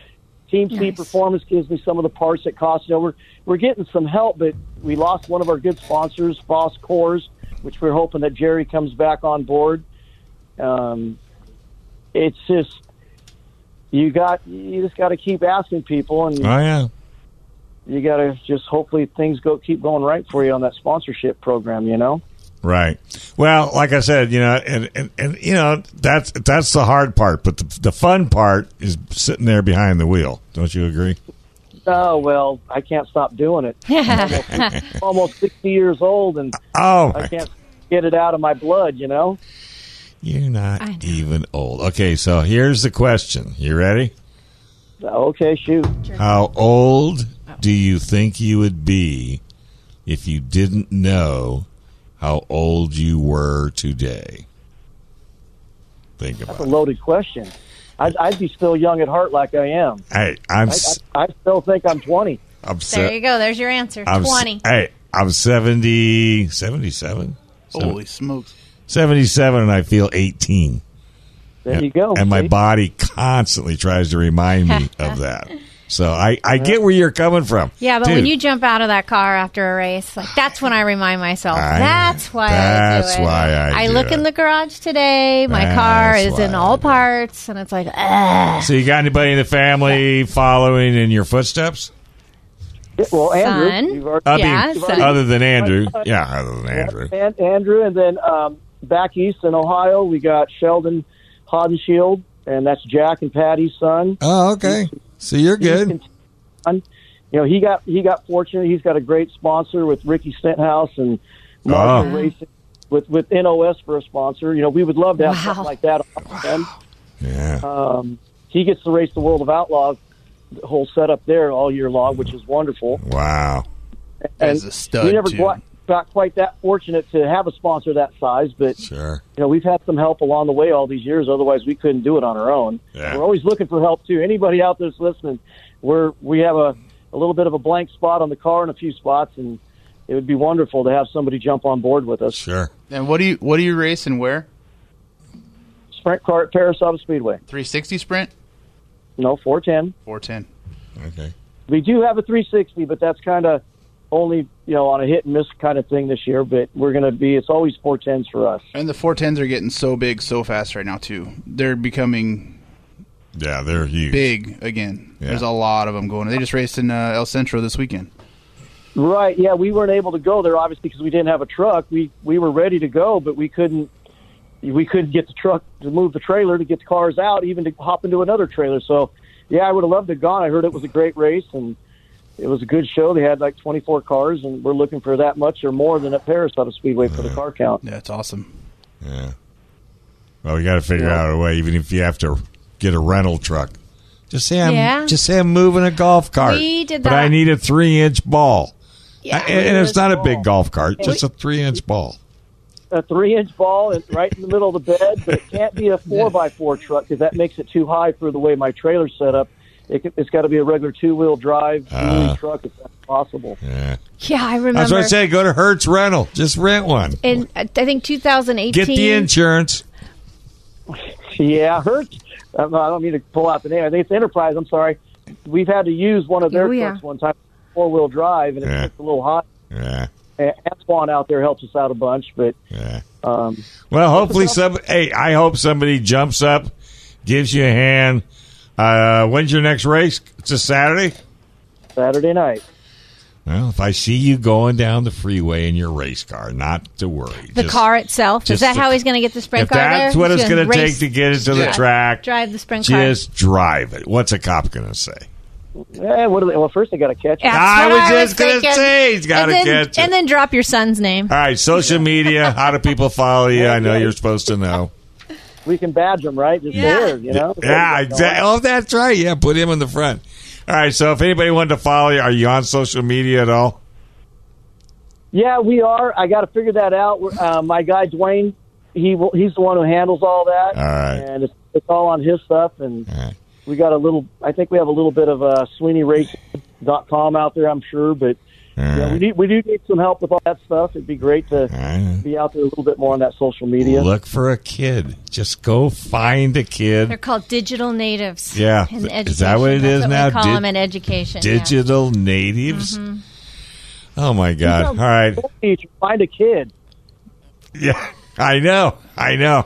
Team C Performance gives me some of the parts at cost. You know, we're we're getting some help, but we lost one of our good sponsors, Boss Cores, which we're hoping that Jerry comes back on board. Um, it's just you got you just got to keep asking people, and
Oh yeah.
you got to just hopefully things go keep going right for you on that sponsorship program. You know.
Right. Well, like I said, you know, and, and, and you know that's that's the hard part, but the, the fun part is sitting there behind the wheel. Don't you agree?
Oh well, I can't stop doing it. almost, almost sixty years old, and
Oh, my
I can't get it out of my blood. You know.
You're not even old. Okay, so here's the question. You ready?
Okay, shoot.
How old do you think you would be if you didn't know how old you were today? Think about
That's a loaded question. I'd, I'd be still young at heart, like I am.
it. Hey, I'm
I,
s-
I, I still think I'm twenty.
I'm se-
There you go. There's your answer.
I'm s-
Twenty.
Hey, I'm 70, 77?
Holy smokes!
77 and I feel 18.
There
And-
you go,
And my
see?
body constantly tries to remind me of that. So I, I get where you're coming from.
Yeah, but when
Dude,
you jump out of that car after a race, like that's when I remind myself.
I-
that's why.
that's
I do it.
why I
I
do
look in
it.
the garage today. My
That's
car is
why
in all parts, and it's like, ah.
So you got anybody in the family following in your footsteps?
Well, Andrew,
Son.
you've already,
I mean,
Yeah,
you've
son.
already-
other than Andrew, yeah, other than Andrew.
And Andrew, and then um, back east in Ohio, we got Sheldon Hodenshield, and that's Jack and Patty's son.
Oh, okay. So you're good.
You know, he got he got fortunate. He's got a great sponsor with Ricky Stenthouse and
Oh.
Marshall Racing with with NOS for a sponsor. You know, we would love to have something like that. On
Yeah.
Um, he gets to race the World of Outlaws the whole setup there all year long, which is wonderful.
Wow.
That's a stud,
we never
too.
got, got quite that fortunate to have a sponsor that size, but
Sure.
you know we've had some help along the way all these years. Otherwise, we couldn't do it on our own.
Yeah.
We're always looking for help too. Anybody out there that's listening, we're we have a a little bit of a blank spot on the car and a few spots, and it would be wonderful to have somebody jump on board with us.
Sure.
And what do you what do you race and where?
Sprint car at Paris Auto Speedway.
360 sprint,
No, four ten.
410.
Okay.
We do have a 360, but that's kind of only you know on a hit and miss kind of thing this year. But we're going to be it's always 410s for us.
And the 410s are getting so big so fast right now too. They're becoming
Yeah, they're huge.
big again.
Yeah.
There's a lot of them going. They just raced in uh, El Centro this weekend.
Right. Yeah, we weren't able to go there obviously because we didn't have a truck. We we were ready to go, but we couldn't we couldn't get the truck to move the trailer to get the cars out, even to hop into another trailer. So, yeah, I would have loved to have gone. I heard it was a great race and it was a good show. They had like 24 cars, and we're looking for that much or more than at Paris Auto Speedway for the car count.
Yeah, it's awesome.
Yeah. Well, we got to figure out a way, even if you have to get a rental truck. Just say I'm
Yeah.
just say I'm moving a golf cart.
We did
But I
that.
need a three inch ball.
Yeah,
I- and it's not a big golf cart,
Yeah.
just a three inch ball.
A three-inch ball and right in the middle of the bed, but it can't be a four-by-four truck because that makes it too high for the way my trailer's set up. It, it's got to be a regular two-wheel drive
Ah.
truck. It's
possible.
Yeah.
Yeah, I remember.
That's what I say. Go to Hertz Rental. Just rent one.
In I think 2018.
Get the insurance.
Yeah, Hertz. I don't mean to pull out the name. I think it's Enterprise. I'm sorry. We've had to use one of their
Oh, yeah.
trucks one time, four wheel drive, and
Yeah.
it's a little hot.
Yeah.
And Antoine out there helps us out a bunch, but um,
Well, hopefully some. Hey, I hope somebody jumps up, gives you a hand. Uh, when's your next race? It's a Saturday.
Saturday night.
Well, if I see you going down the freeway in your race car, not to worry.
The
Just-
car itself. Is
just
that
the-
how he's going to get the sprint
if
car there?
that's what
He's
it's going to
gonna
take
race-
to get it to the
Yeah.
track,
Drive the sprint car.
just drive it. What's a cop going to say?
Eh, what do they? Well, first they got to catch.
That's
I
what
was just gonna
thinking.
say, he's gotta
And then-
catch it.
And then drop your son's name.
All right, social media. How do people follow you? I know you're supposed to know.
We can badge them, right? Just there, you know.
Yeah, exactly. Oh, that's right. Yeah, put him in the front. All right. So if anybody wanted to follow you, are you on social media at all?
Yeah, we are. I got to figure that out. We're- Uh, my guy Dwayne, he will, he's the one who handles all that,
All right.
and it's, it's all on his stuff. And we got a little. I think we have a little bit of uh, SweeneyRacing.com out there. I'm sure, but yeah, we need we do need some help with all that stuff. It'd be great to be out there a little bit more on that social media.
Look for a kid. Just go find a
They're
kid.
called digital natives.
Yeah.
In
Is that what it
education.
is
That's
now?
We call
Dig-
them in education. yeah.
Digital natives.
Mhm.
Oh my God! All right.
Teach, find a kid.
Yeah, I know. I know.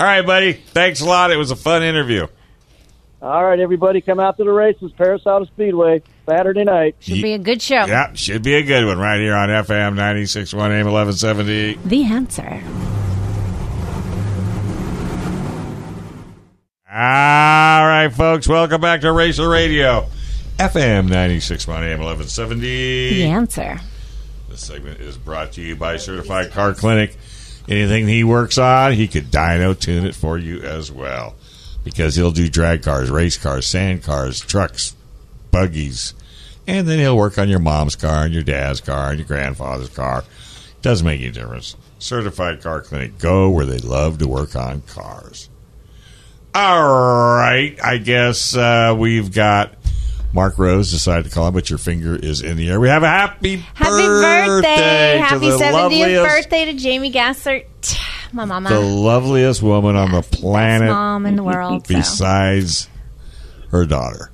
All right, buddy. Thanks a lot. It was a fun interview.
All right, everybody, come out to the races, Paris Auto Speedway, Saturday night.
Should be a good show.
Yeah, should be a good one right here on FM 96.1 AM 1170.
The answer.
All right, folks, welcome back to Racer Radio. FM 96.1 AM 1170.
The answer.
This segment is brought to you by Certified Car Clinic. Anything he works on, he could dyno tune it for you as well. Because he'll do drag cars, race cars, sand cars, trucks, buggies. And then he'll work on your mom's car and your dad's car and your grandfather's car. Doesn't make any difference. Certified Car Clinic. Go where they love to work on cars. All right. I guess uh, we've got Mark Rose decided to call him, but your finger is in the air. We have a happy
Happy
birthday, to
Happy
the
70th
loveliest,
birthday to Jamie Gassert. My mama.
the loveliest woman on the planet,
mom in the world, so.
besides her daughter,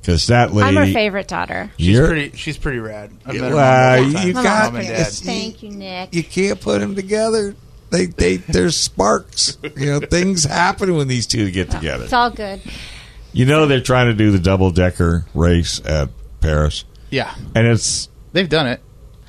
because that lady.
I'm her favorite daughter.
She's
You're-
pretty. She's pretty rad. I've met her
Well,
mom a couple
you
times.
got-
mom and dad.
it's-
Thank you, Nick.
you can't put them together. They they there's sparks. You know things happen when these two get together.
It's all good.
You know they're trying to do the double decker race at Paris,
Yeah,
and it's
they've done it.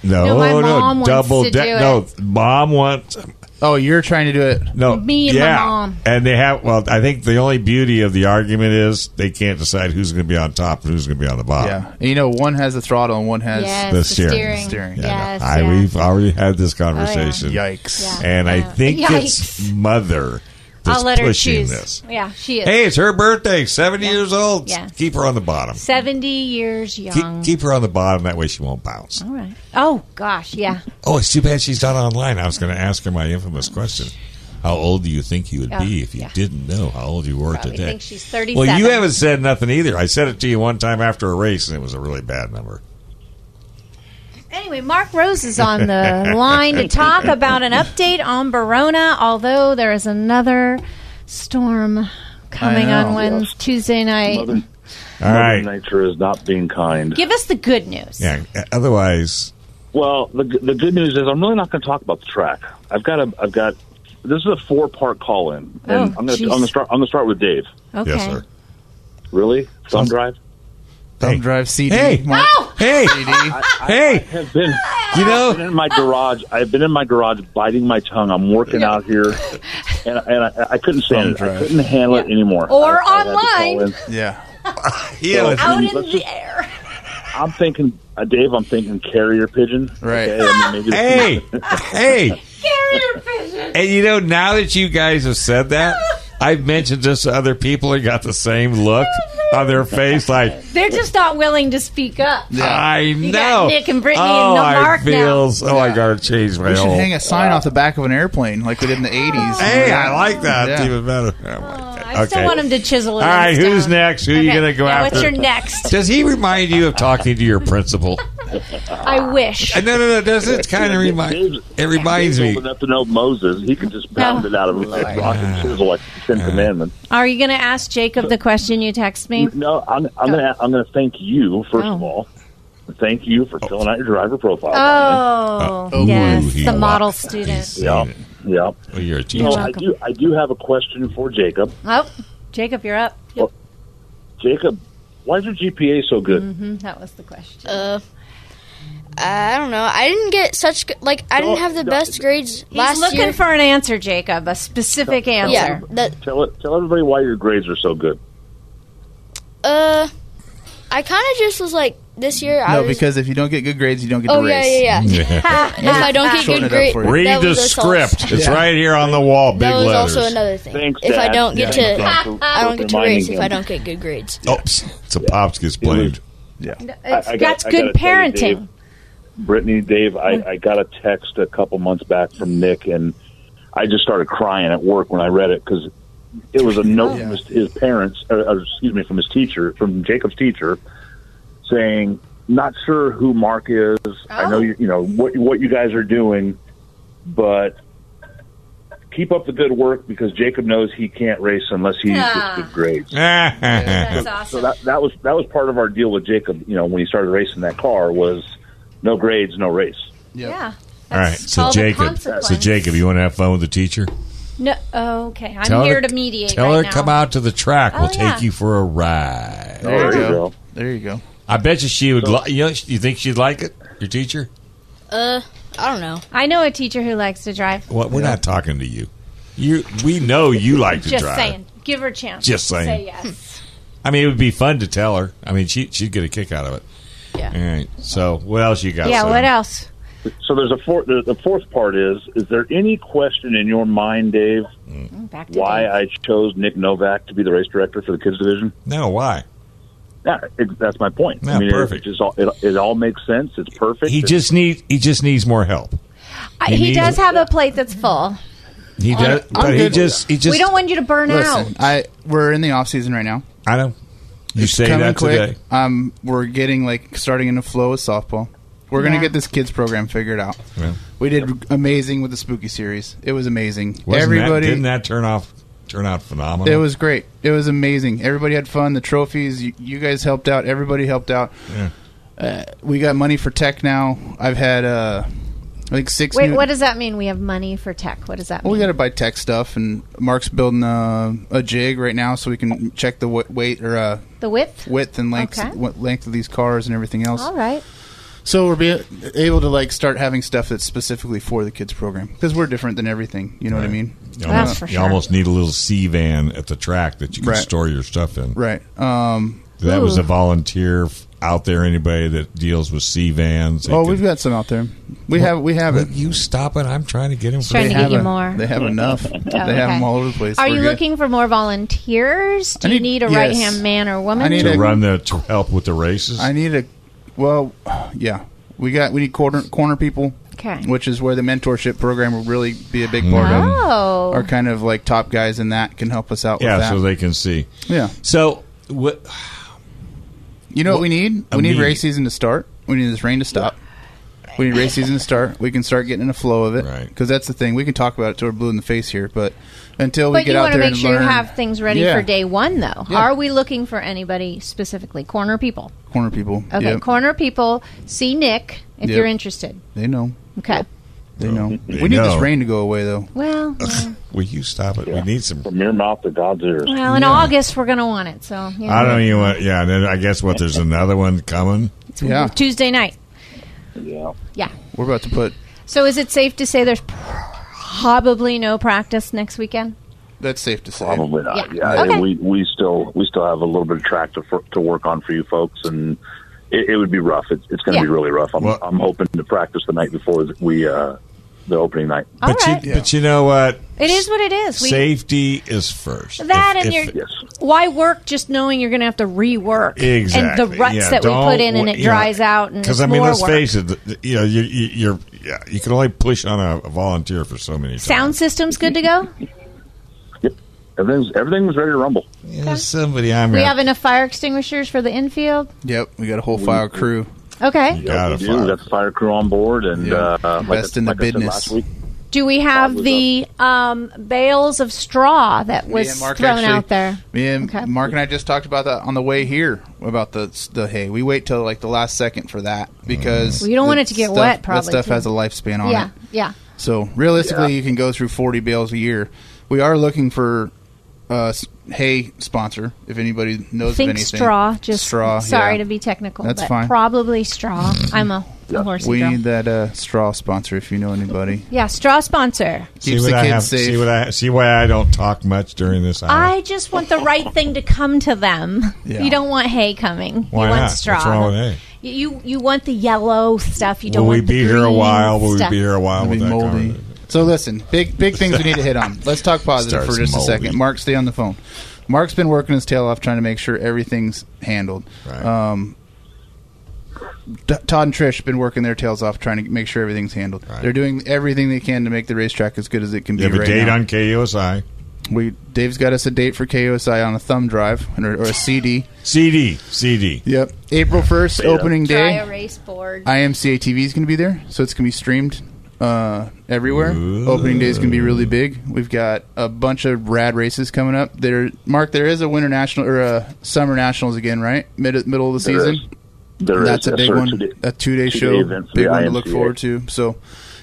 no,
No, my
no,
mom wants
double
to do
decker.
it.
No, mom wants
Oh, you're trying to do it.
no.
Me and my
yeah.
mom.
and they have. Well, I think the only beauty of the argument is they can't decide who's going to be on top and who's going to be on the bottom.
Yeah, and you know, one has the throttle and one has.
yes,
the
the
steering.
steering.
Steering.
Yes,
I,
yeah.
We've already had this conversation.
Yikes!
Yeah.
And I
Yeah.
think it's
Yikes.
mother that's
I'll let her
pushing
choose.
this.
Yeah, she is.
Hey, it's her birthday. Seventy years old.
Yeah.
Keep her on the bottom.
70 years
Keep,
young.
keep her on the bottom. That way she won't bounce.
All right. Oh, gosh, yeah.
Oh, it's too bad she's not online. I was going to ask her my infamous question. How old do you think you would be
Yeah,
if you
yeah.
didn't know how old you were
Probably
today?
think she's 37.
well, you haven't said nothing either. I said it to you one time after a race, and it was a really bad number.
Anyway, Mark Rose is on the line to talk about an update on Barona, although there is another storm coming
I know.
on Wednesday, Tuesday night.
All right.
Nature is not being kind.
Give us the good news.
Yeah. Otherwise,
Well, the, g- the good news is I'm really not going to talk about the track. I've got a I've got this is a four part call in, and
Oh,
I'm going
jeez.
to I'm going to start I'm going to start with Dave.
Okay.
yes, sir.
Really, thumb drive.
Thumb drive CD.
Hey.
Mark.
Hey,
CD.
hey,
I've been
you
I've
know,
been in my garage. I've been in my garage biting my tongue. I'm working out here, and, and I, I couldn't stand it.
Thumb
I
drive.
couldn't handle it anymore.
Or
I- I've had to call
online.
in.
Yeah.
yeah, let's-
Out in
Let's
the air.
I'm thinking, uh, Dave. I'm thinking carrier pigeon.
Right.
Okay, I mean, maybe this is-
hey, hey.
Carrier pigeon.
And you know, now that you guys have said that, I've mentioned this to other people and got the same look on their face like,
They're just not willing to speak up.
I know.
got Nick and Brittany
oh,
and the Mark
I feel,
now.
so- Oh, I gotta change my
We should
whole.
hang a sign off the back of an airplane like we did in the '80s.
hey, I like that
Yeah.
even better. Oh my God.
I still want him to chisel it.
All
in
right,
stone.
who's next? Who are you
Okay,
going to go
now
after?
What's your next?
Does he remind you of talking to your principal?
I wish.
Uh, No, no, no. Does it kind of remind? It reminds me.
Old enough to know Moses, he can just pound it out of him like rock and chisel like the Ten Commandments.
Are you going to ask Jacob the question you text me?
No, I'm, I'm gonna I'm gonna thank you first of
Oh.
all. Thank you for filling out your driver profile.
Oh,
Uh,
yes,
ooh, he
the
wa-
model student.
Yeah, yeah.
Well, you're a
teacher.
No,
You're
I
welcome.
do I do have a question for Jacob.
Oh, Jacob, you're up. Yep.
Jacob, why is your GPA so good?
hmm that was the question.
Uh, I don't know. I didn't get such g- like I didn't have the best grades
He's
last
looking
year.
for an answer, Jacob, a specific answer.
Yeah, that
Tell it, tell everybody why your grades are so good.
uh, I kind of just was like this year. I
No,
was,
because if you don't get good grades, you don't get
Oh,
to
yeah,
race.
yeah, yeah. If I don't get good
Shorten it up
grade-
for you.
Read
That
the
was also-
script. It's
Yeah.
right here on the wall, big
that was
letters.
also another thing.
Thanks,
if I
Dad.
don't get
Yeah,
to,
thanks for-
I don't
for
get to
reminding
race if
him.
I don't get good grades.
Oops. So pops gets blamed.
Yeah.
It's-
I- I got-
that's
I
good
gotta tell you,
parenting.
Brittany, Dave, I, I got a text a couple months back from Nick, and I just started crying at work when I read it because it was a note from his, his parents, or, or, excuse me, from his teacher, from Jacob's teacher, saying, "Not sure who Mark is. I know you, you know what what you guys are doing, but." Keep up the good work because Jacob knows he can't race unless he
Ah.
gets good grades.
That's
so, so that, that was that was part of our deal with Jacob. You know, when he started racing that car, was no grades, no race.
Yeah.
All right. So
called a
Jacob.
consequence.
So Jacob, you want to have fun with the teacher?
No, okay. I'm
Tell her
here
to-
to mediate
Tell
right
her
now.
come out to the track.
Oh,
we'll take
yeah.
you for a ride.
There you go. There you go.
I bet you she would. Li- you know, you think she'd like it? Your teacher?
Uh, I don't know.
I know a teacher who likes to drive.
What? We're not talking to you. You. We know you like to
Just
drive.
saying. Give her a chance.
Just saying. Hmm.
Say yes.
I mean, it would be fun to tell her. I mean, she she'd get a kick out of it. Yeah. All right. So what else you got?
yeah,
son?
what else?
So there's a four, the, the fourth part is: is there any question in your mind, Dave,
Mm, Back to
why
Dave.
I chose Nick Novak to be the race director for the kids division?
No. Why?
Yeah, it, that's my point.
Yeah,
I mean, it-
perfect.
It, just all, it, it all makes sense. It's perfect.
He
It's-
just need. He just needs more help.
I,
He
he
needs-
does have a plate that's full.
He does, but he just. He just.
we don't want you to burn
Listen, I we're in the off season right now.
I know. You say
Coming
that
quick.
today.
Um, we're getting like starting in a flow with softball. We're gonna
Yeah.
get this kids program figured out.
Yeah.
We did amazing with the spooky series. It was amazing.
Wasn't
Everybody,
That, didn't that turn off? Turn out phenomenal.
it was great. It was amazing. Everybody had fun. The trophies. You, you guys helped out. Everybody helped out.
Yeah.
Uh, we got money for tech now. I've had uh, I think
out.
six.
Wait,
new-
what does that mean? We have money for tech. What does that
Well,
mean?
we got to buy tech stuff, and Mark's building a, a jig right now so we can check the w- weight or uh,
the width?
width and length
Okay.
what length of these cars and everything else.
All right.
So we're be able to like start having stuff that's specifically for the kids program because we're different than everything. You know what I mean?
You
Uh,
almost, you almost need a little C van at the track that you can
Right.
store your stuff in.
Right. Um,
That was
Ooh.
a volunteer f- out there. Anybody that deals with C vans. they
oh,
can-
we've got some out there. We
Well,
have we have
will
it.
You stop it! I'm trying to get him.
He's trying to get you more. Oh,
They have enough. they have
okay.
them all over the place.
Are
We're
you
good.
looking for more volunteers? Do
I
you
need-
need a
yes.
right hand man or woman?
I need
to
a-
run the to help with the races.
I need a. Well, yeah, we got we need corner corner people.
Okay.
Which is where the mentorship program will really be a big part of.
Oh.
Our kind of like top guys in that can help us out
yeah,
with that.
so they can see.
yeah.
So what?
You know what we need? We need
Immediate-
race season to start. We need this rain to stop. We need race season to start. We can start getting in a flow of it. Right. Because that's the thing. We can talk about it till we're blue in the face here, but until we
But
get
you
out
want to
there
make
and
sure
learn
you have things ready
Yeah.
for day one, though.
Yeah.
Are we looking for anybody specifically? Corner people.
corner people.
Okay,
Yep.
corner people. See Nick if
Yep.
you're interested.
They know.
Okay.
They know.
They
we need
know.
this rain to go away though.
Well,
Will you stop it? We need some.
from your mouth to God's ears.
well, in August we're gonna want it. So you
I
know.
don't even want. Yeah, and then I guess what? There's another one coming.
Yeah.
Tuesday night.
Yeah.
Yeah.
We're about to put
So is it safe to say there's probably no practice next weekend?
that's safe to say.
Probably not.
Yeah.
Yeah,
Okay.
we we still we still have a little bit of track to for, to work on for you folks, and it, it would be rough. It's, it's going to
Yeah.
be really rough. I'm I'm hoping to practice the night before th- we uh, the opening night.
All
but
right.
you, but you know what?
It is what it is. We,
Safety is first.
that
If-
and
if-
your why work just knowing you're going to have to rework
Exactly.
and the ruts
Yeah,
that we
don't
put in and
wa-
it
you know,
dries out and
Because
it's
I mean,
more
let's
work.
face it. th- You know, you, you, you're yeah, you can only push on a, a volunteer for so many. times.
Sound system's good to go.
Everything's everything was ready to rumble.
Yeah, somebody I'm
We have enough fire extinguishers for the infield.
Yep, we got a whole fire crew.
Okay.
Yeah, we, do. we got the fire crew on board and uh, like
Best in the
like I said
business.
last week,
Do we have the um, bales of straw that was
and Mark
thrown
actually- mm,
out there?
Me and
Okay.
Mark and I just talked about that on the way here about the the hay. We wait till like the last second for that
Mm-hmm.
because
Well, you don't
the
want it to get
stuff-
wet, probably,
That stuff
too.
has a lifespan on
yeah,
it.
yeah.
So realistically, you can go through 40 bales a year. We are looking for uh, s- hay sponsor. If anybody knows
Think
of anything,
straw. Just
straw.
Sorry
yeah.
to be technical.
That's
but
fine.
Probably straw. I'm a, a horsey
we
girl.
need that uh, straw sponsor if you know anybody.
Yeah, straw sponsor.
See
Keeps
what
the
I
kids
have.
safe.
See what I. See why I don't talk much during this hour.
I just want the right thing to come to them.
Yeah.
You don't want hay coming.
Why
you want
not?
straw.
What's wrong with hay?
You, you you want the yellow stuff. You don't
Will we
want the
be here a
green
while? Will we
stuff.
be here a while?
It'll be
With that
moldy.
conversation?
So listen, big big things we need to hit on. Let's talk positive for
Starts
just a
moldy.
second. Mark, stay on the phone. Mark's been working his tail off trying to make sure everything's handled. Um, D- Todd and Trish been working their tails off trying to make sure everything's handled. They're doing everything they can to make the racetrack as good as it can
You
be.
have a
right
date
now.
on KOSI.
We Dave's got us a date for KOSI on a thumb drive or, or a CD.
CD, CD.
Yep, April first, opening day.
Dry erase board.
IMCA TV is going to be there, so it's going to be streamed uh, everywhere. Opening day is going to be really big. We've got a bunch of rad races coming up. There, Mark, there is a winter national or a summer nationals again, right? Mid middle of the
There
season.
is. There
That's
is,
a
yes,
big
sir.
one,
Two-day-
a two day
two-day
show,
event for
big
the
one to look
IMCA.
forward to. So